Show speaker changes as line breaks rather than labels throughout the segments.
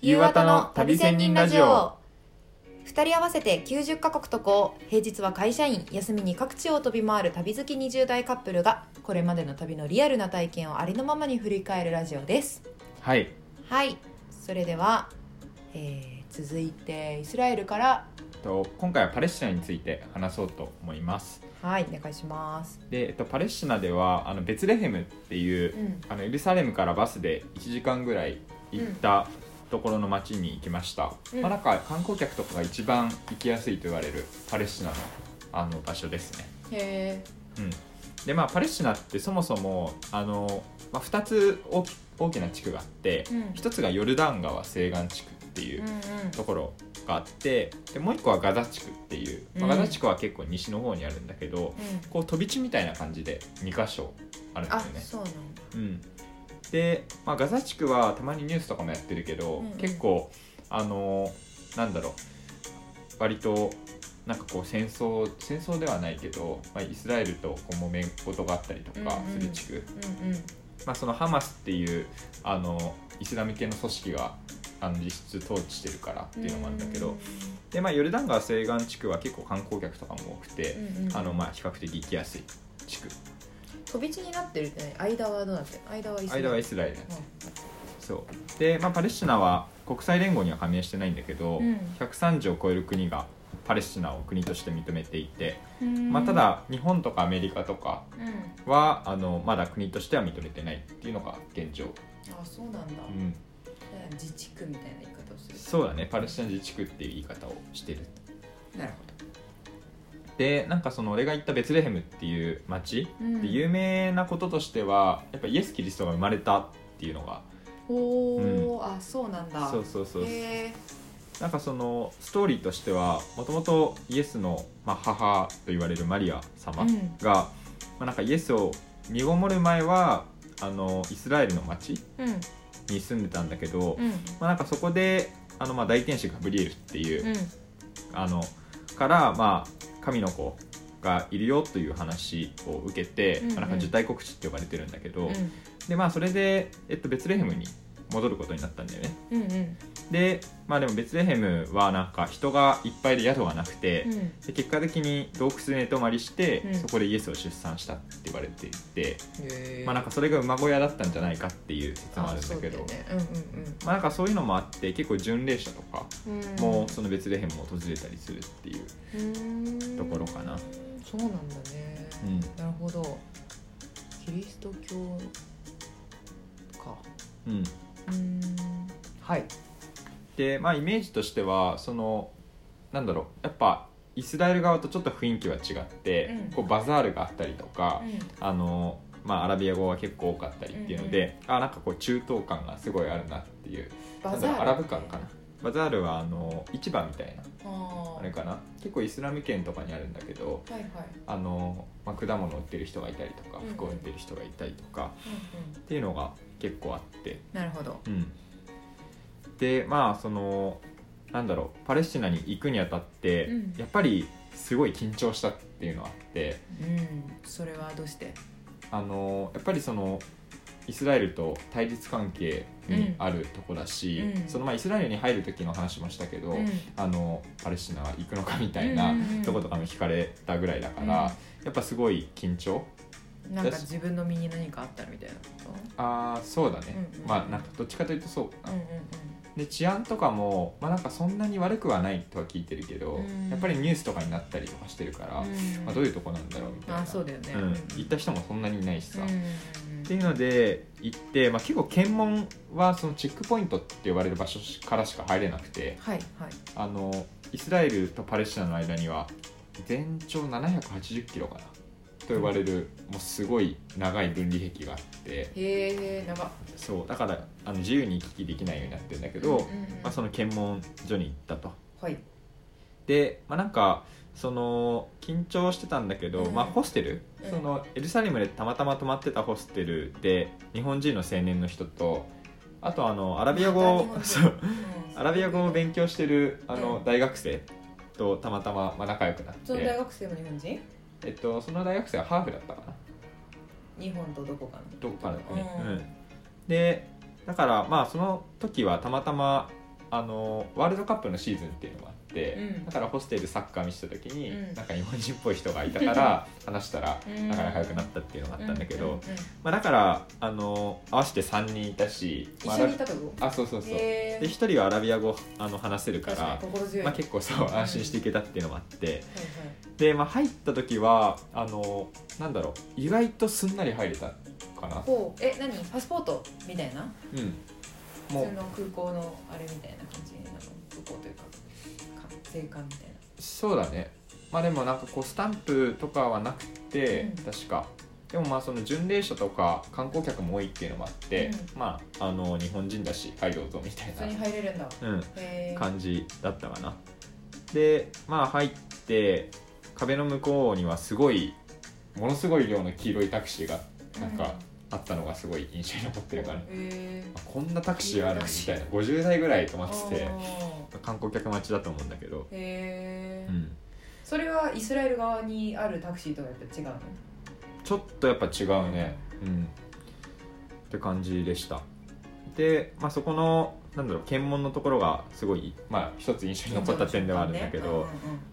夕方の旅仙人ラジオ
2人合わせて90カ国渡航平日は会社員休みに各地を飛び回る旅好き20代カップルがこれまでの旅のリアルな体験をありのままに振り返るラジオです
はい
はいそれでは、えー続いてイスラエルから
と今回はパレスチナについて話そうと思います
はいお願いします
で、えっと、パレスチナではあのベツレヘムっていう、
うん
あのエルサレムからバスで1時間ぐらい行ったところの町に行きました、
うん
まあ、なんか観光客とかが一番行きやすいと言われるパレスチナのあの場所ですね
へえ
うん、でまあパレスチナってそもそもあの、まあ、2つ大き大きな地区があって、
うん
1つがヨルダン川西岸地区っていううん
うん
ところがあってでもう1個はガザ地区っていう、まあ
うん
ガザ地区は結構西の方にあるんだけど、
うん
こう飛び地みたいな感じで2箇所あるんだ
あ
よね。
そうなんだ
うん、で、まあ、ガザ地区はたまにニュースとかもやってるけど、
うんうん
結構あのなんだろう割となんかこう戦争戦争ではないけど、まあ、イスラエルとこう揉め事があったりとか
うんう
す
ん
る地区、
うんうん
まあ、そのハマスっていうあのイスラム系の組織があの実質統治してるからっていうのもあるんだけど、でまあ、ヨルダン川西岸地区は結構観光客とかも多く
う
て、
んうん
あのまあ、比較的行きやすい地区
飛び地になってるってね間はどうなってる間はイスラエル
間はイスラエルなんですそうで、まあ、パレスチナは国際連合には加盟してないんだけど、
うん
130を超える国がパレスチナを国として認めていて、
うん
まあ、ただ日本とかアメリカとか
うん
はあのまだ国としては認めてないっていうのが現状、
あそうなんだ、
うん、
自治区みたいな言い方をする
そうだねパレスチナ自治区っていう言い方をしてる
なるほ
でなんかその俺が行ったベツレヘムっていう町
ど、うん
で有名なこととしてはやっぱイエス・キリストが生まれたっていうのが
おお、あそうなんだ
そうそうそう
へえ
なんかそのストーリーとしてはもともとイエスの、まあ、母と言われるマリア様が、
うん
まあ、なんかイエスを身ごもる前はあのイスラエルの町
うん
に住んでたんだけど、
うん
まあ、なんかそこであの、まあ、大天使ガブリエルっていう、
うん
あのから、まあ、神の子がいるよという話を受けて、
うんうん
まあなんか受胎告知って呼ばれてるんだけど、
うん
でまあ、それで、えっと、ベツレヘムに戻ることになったんだよね。
うんうん
でまあでもベツレヘムはなんか人がいっぱいで宿がなくて、
うん
で結果的に洞窟で寝泊まりして、
うん
そこでイエスを出産したって言われていて、
へ
まあなん
か
かそれが馬小屋だったんじゃないかっていう説もあるんだけど
ね、うんうん
まあなんかそういうのもあって結構巡礼者とか
うんうん
もそのベツレヘムを訪れたりするっていう、
うーん
ところかな
そうなんだね、なるほどキリスト教か
うん
うーんはい
でまあイメージとしてはそのなんだろうやっぱイスラエル側とちょっと雰囲気は違って、
うん
こうバザールがあったりとか、
う、
あのまあ、アラビア語が結構多かったりっていうので、あなんかこう中東感がすごいあるなっていうんなんだろうアラブ感かなバザールはあの市場みたいな
あ
あ
あ
れかな結構イスラム圏とかにあるんだけど
はいはい、
あの、まあ、果物売ってる人がいたりとか
うん
服を売ってる人がいたりとか、
うんう
っ
ん、
ていうのが結構あって、
なるほど
うん、でまあそのなんだろうパレスチナに行くにあたって、
うん
やっぱりすごい緊張したっていうのはあって。
うんそれはどうして
あのやっぱりそのイスラエルと対立関係にあるとこだし、
うん
そのまあイスラエルに入る時の話もしたけど、
うん
あのパレスチナ行くのかみたい
うん
な
うんうん
とことかも聞かれたぐらいだから、
うん
やっぱすごい緊張
なんか自分の身に何かあったらみたいなこと
あーそうだね、
うんうん
まあなんかどっちかというとそうかな、
うんうん
で治安とかも、まあ、なんかそんなに悪くはないとは聞いてるけど、
うん
やっぱりニュースとかになったりとかしてるから、
うん
まあ、どういうとこなんだろうみたいな
あそうだよね
うん、行った人もそんなにいないしさ、
うんうんうん
っていうので行って、まあ、結構検問はそのチェックポイントって呼ばれる場所からしか入れなくて
はいはい
あのイスラエルとパレスチナの間には全長780キロかなと呼ばれる、もうすごい長い分離壁があって
へえ長っ
そうだからあの自由に行き来できないようになってるんだけど、
うんうんうん
まあ、その検問所に行ったと。
はい
で、まあ、なんかその緊張してたんだけど、
うん
まあ、ホステル、
うん
そのエルサレムでたまたま泊まってたホステルで日本人の青年の人とあとあのアラビア語を
また日本人
そう
うん
アラビア語を勉強してるあ
う
の
ん
大学生とたまたま、まあ、仲良くなっ
その大
て、
学生も日本人
えっと、その大学生はハーフだったかな
日本とどこかの
どこかの国、
うん
うんでだからまあその時はたまたまあのワールドカップのシーズンっていうのもあって、
うん
だからホステルサッカー見せた時に、
うん
なんか日本人っぽい人がいたから 話したら
うん
なかなか良くなったっていうのがあったんだけど、
うう
まあ、だからあの合わせて3人いたし、
一
まあ
緒にいたってこ
あそうそう
と
そう、
へ
で1人はアラビア語あの話せる
ー
から
確に心強い、
まあ、結構そう安心していけたっていうのもあって
はいはい
で、まあ、入った時はあのなんだろう意外とすんなり入れたかな
こうえ何パスポートみたいな
うん
普
も
通の空港のあれみたいな感じなの空港というかか税関みたいう
そうだねまあでもなんかこうスタンプとかはなくて、
うん
確かでもまあその巡礼者とか観光客も多いっていうのもあって、まああの日本人だし入ろうぞみた
な普通に
い
入れるんだ
な、うん、
へえ
感じだったかなでまあ入って壁の向こうにはすごいものすごい量の黄色いタクシーがなんかあったのがすごい印象に残ってるから、
へえ
あこんなタクシーあるのみたいな50代ぐらい泊まってて
あ
観光客待ちだと思うんだけど、
ーへえ、
うん、
それはイスラエル側にあるタクシーとはやっぱ違うの
ちょっとやっぱ違うねうんって感じでしたで、まあ、そこのなんだろう検問のところがすごい、まあ、一つ印象に残った点ではあるんだけど、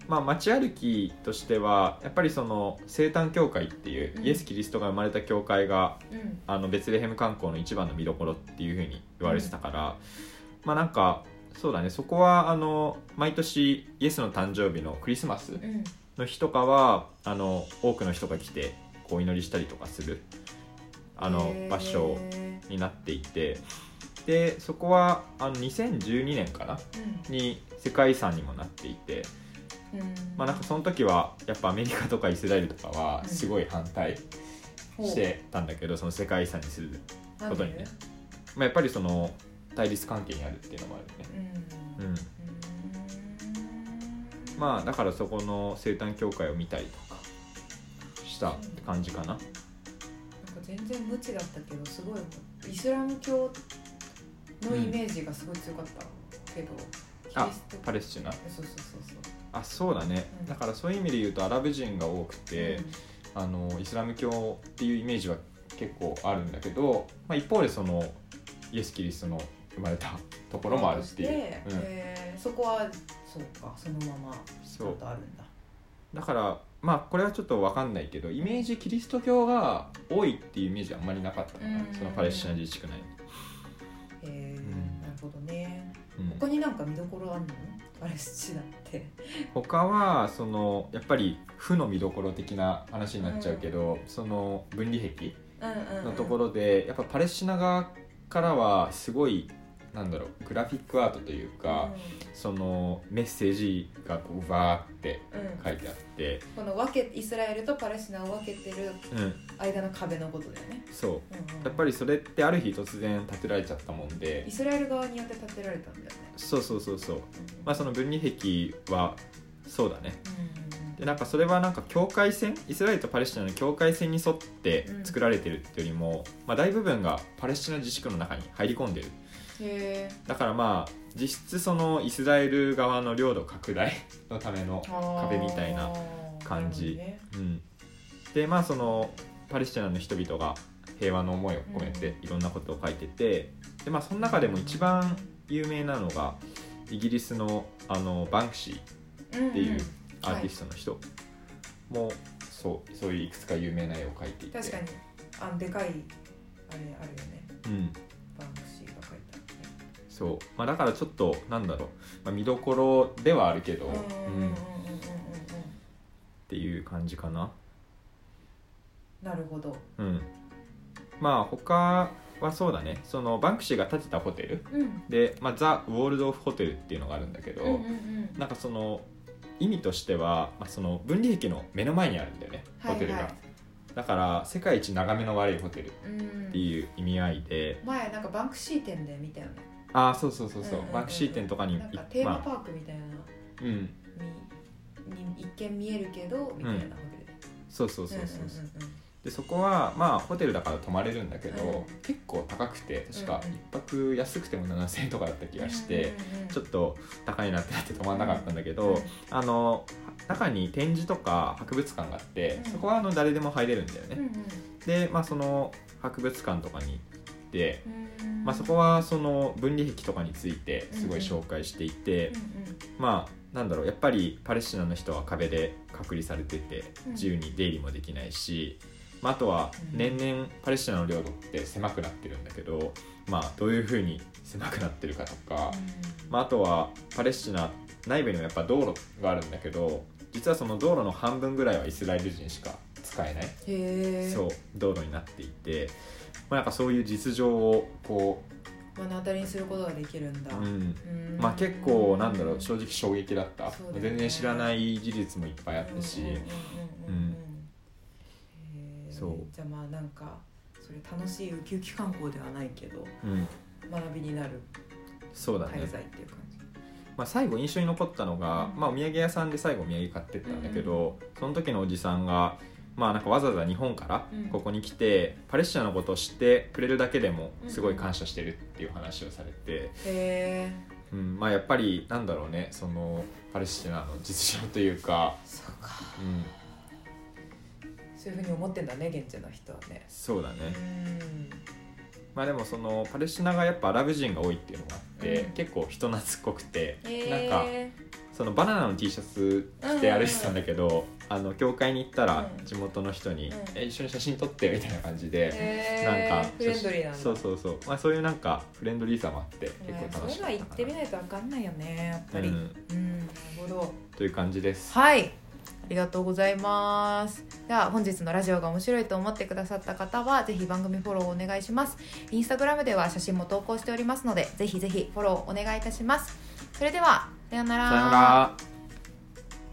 まあ、街歩きとしてはやっぱりその生誕教会っていう、
うん
イエス・キリストが生まれた教会が
うんうんうん
あのベツレヘム観光の一番の見どころっていうふうに言われてたから、まあなんかそうだねそこはあの毎年イエスの誕生日のクリスマス
うんうん
の日とかはあの多くの人が来てこうお祈りしたりとかするあの
へー
場所になっていてでそこはあの2012年かなに世界遺産にもなっていて。
うんうん
まあ、なんかその時はやっぱアメリカとかイスラエルとかは
うん
すごい反対してたんだけど、その世界遺産にする、
ほう
ことにねまあ、やっぱりその対立関係にあるっていうのもあるよね、
なんで
う
うん
ん
うん
まあだからそこの生誕教会を見たりとかしたって感じかな
なんか全然無知だったけどすごいイスラム教のイメージがすごい強かったけど、
あ
キリスト
パレスチナ
そうそうそうそう
あそうだね、
うん
だからそういう意味で言うとアラブ人が多くて、あのイスラム教っていうイメージは結構あるんだけど、まあ、一方でそのイエス・キリストの生まれ たところもあるっていう、
で
うん
えーそこはそうかそのままち
そ
ょ
う
っとあるんだ
だからまあこれはちょっと分かんないけどイメージキリスト教が多いっていうイメージはあんまりなかったかな、
うん
そのパレスチナ自治区内に、
へえ
ん
なるほどね
うん
他になんか見どころあるのパレスチナって
他はそのやっぱり負の見どころ的な話になっちゃうけど、その分離壁のところでやっぱパレスチナ側からはすごいなんだろうグラフィックアートというか、そのメッセージがこうバーって
うんうん
書いてあって、
この分けイスラエルとパレスチナを分けてる
うん、
間の壁のことだよね、
そう
うんうん
やっぱりそれってある日突然建てられちゃったもんで
イスラエル側によって建てられたんだよね
そうそうそうそうまあその分離壁はそうだね
うん
でなんかそれはなんか境界線イスラエルとパレスチナの境界線に沿って作られてるっていうよりも、まあ、大部分がパレスチナ自治区の中に入り込んでる
へえ
だからまあ実質そのイスラエル側の領土拡大のための、壁みたいな感じうん、でまあそのパレスチナの人々が平和の思いを込めていろんなことを書いててで、まあ、その中でも一番有名なのがイギリスのあのバンクシー
てい
っていうアーティストの人もそうそういういくつか有名な絵を描いていて
確かにあのでかいあれあるよね
うん
バンクシーが描いたね
そうまあ、だからちょっとなんだろう、まあ、見どころではあるけど、
うんうんうん
う
うんうんうん
んっていう感じかな、
なるほど
うん、まあ他はそうだねそのバンクシーが建てたホテル
うん
で、まあ、ザ・ウォールド・オフ・ホテルっていうのがあるんだけど、
うんうんうん
なんかその意味としては、まあ、その分離壁の目の前にあるんだよねホテルが、
はいはい
だから世界一眺めの悪いホテルっ
うん
ていう意味合いで、
前なんかバンクシー店で見たよね
ああそうそうそうそう,、
うんうんうん
バンクシー店とかに
なんか
い
テーマ
まあ
パークみたいな
うん
みに一見見えるけどみたいなホテル
そうそうそうそう,、
んうんうんうん
でそこはまあホテルだから泊まれるんだけど、
うん
結構高くて確か
うんうん
1泊安くても7000円とかだった気がして、
うんうんうん
ちょっと高いなってなって泊まんなかったんだけど、
うん
あの中に展示とか博物館があって、
うん
そこはあの誰でも入れるんだよ
うん
ね、でまあその博物館とかに行って
うんうん
まあ、そこはその分離壁とかについてすごい紹介していて、まあなんだろうやっぱりパレスチナの人は壁で隔離されてて
うん
自由に出入りもできないし、まあ、あとは
うん
年々パレスチナの領土って狭くなってるんだけど、まあ、どういうふうに狭くなってるかとか、まあ、あとはパレスチナ内部にもやっぱ道路があるんだけど実はその道路の半分ぐらいはイスラエル人しか使えない
へえ
そう道路になっていて、まあ、なんかそういう実情をこ
目の当たりにすることができるんだ、
う、うん、
うん
まあ、結構なんだろう正直衝撃だった、
そうだよね
全然知らない事実もいっぱいあったし、
うんうんうんうんうんへー
そう
じゃあまあなんかそれ楽しいウキウキ観光ではないけど
うん、
学びになる
そうだね
滞、在っていう感じ、
まあ、最後印象に残ったのが、
うん
まあ、お土産屋さんで最後お土産買ってったんだけど、その時のおじさんが、まあ、なんかわざわざ日本から
うん
ここに来て、パレスチナのことを知ってくれるだけでもすごい感謝してるっていう話をされて、
へえ
うんまあ、やっぱりなんだろうねそのパレスチナの実情というか、
そうか
うん、
そういうふうに思ってんだね現地の人はね
そうだね、
うん
まあでもそのパレスチナがやっぱアラブ人が多いっていうのがあって、
うん
結構人懐っこくて、
へ
なんか
ー
そのバナナの T シャツ着て歩いてたんだけど、あの教会に行ったら
うん
地元の人に
うん
「え一緒に写真撮って」みたいな感じで、
へー
なんか
フレンドリーなんだ
そうそうそう、まあ、そういうなんかフレンドリーさもあって結
ね
構楽し
そうい
かっ
うのは行
た
っ
か
て
な
みないとわかんないよねやっぱり、
う
うん、
ん
なるほど
という感じです。
はいありがとうございますでは本日のラジオが面白いと思ってくださった方はぜひ番組フォローをお願いしますインスタグラムでは写真も投稿しておりますのでぜひぜひフォローお願いいたしますそれではさよう
さよなら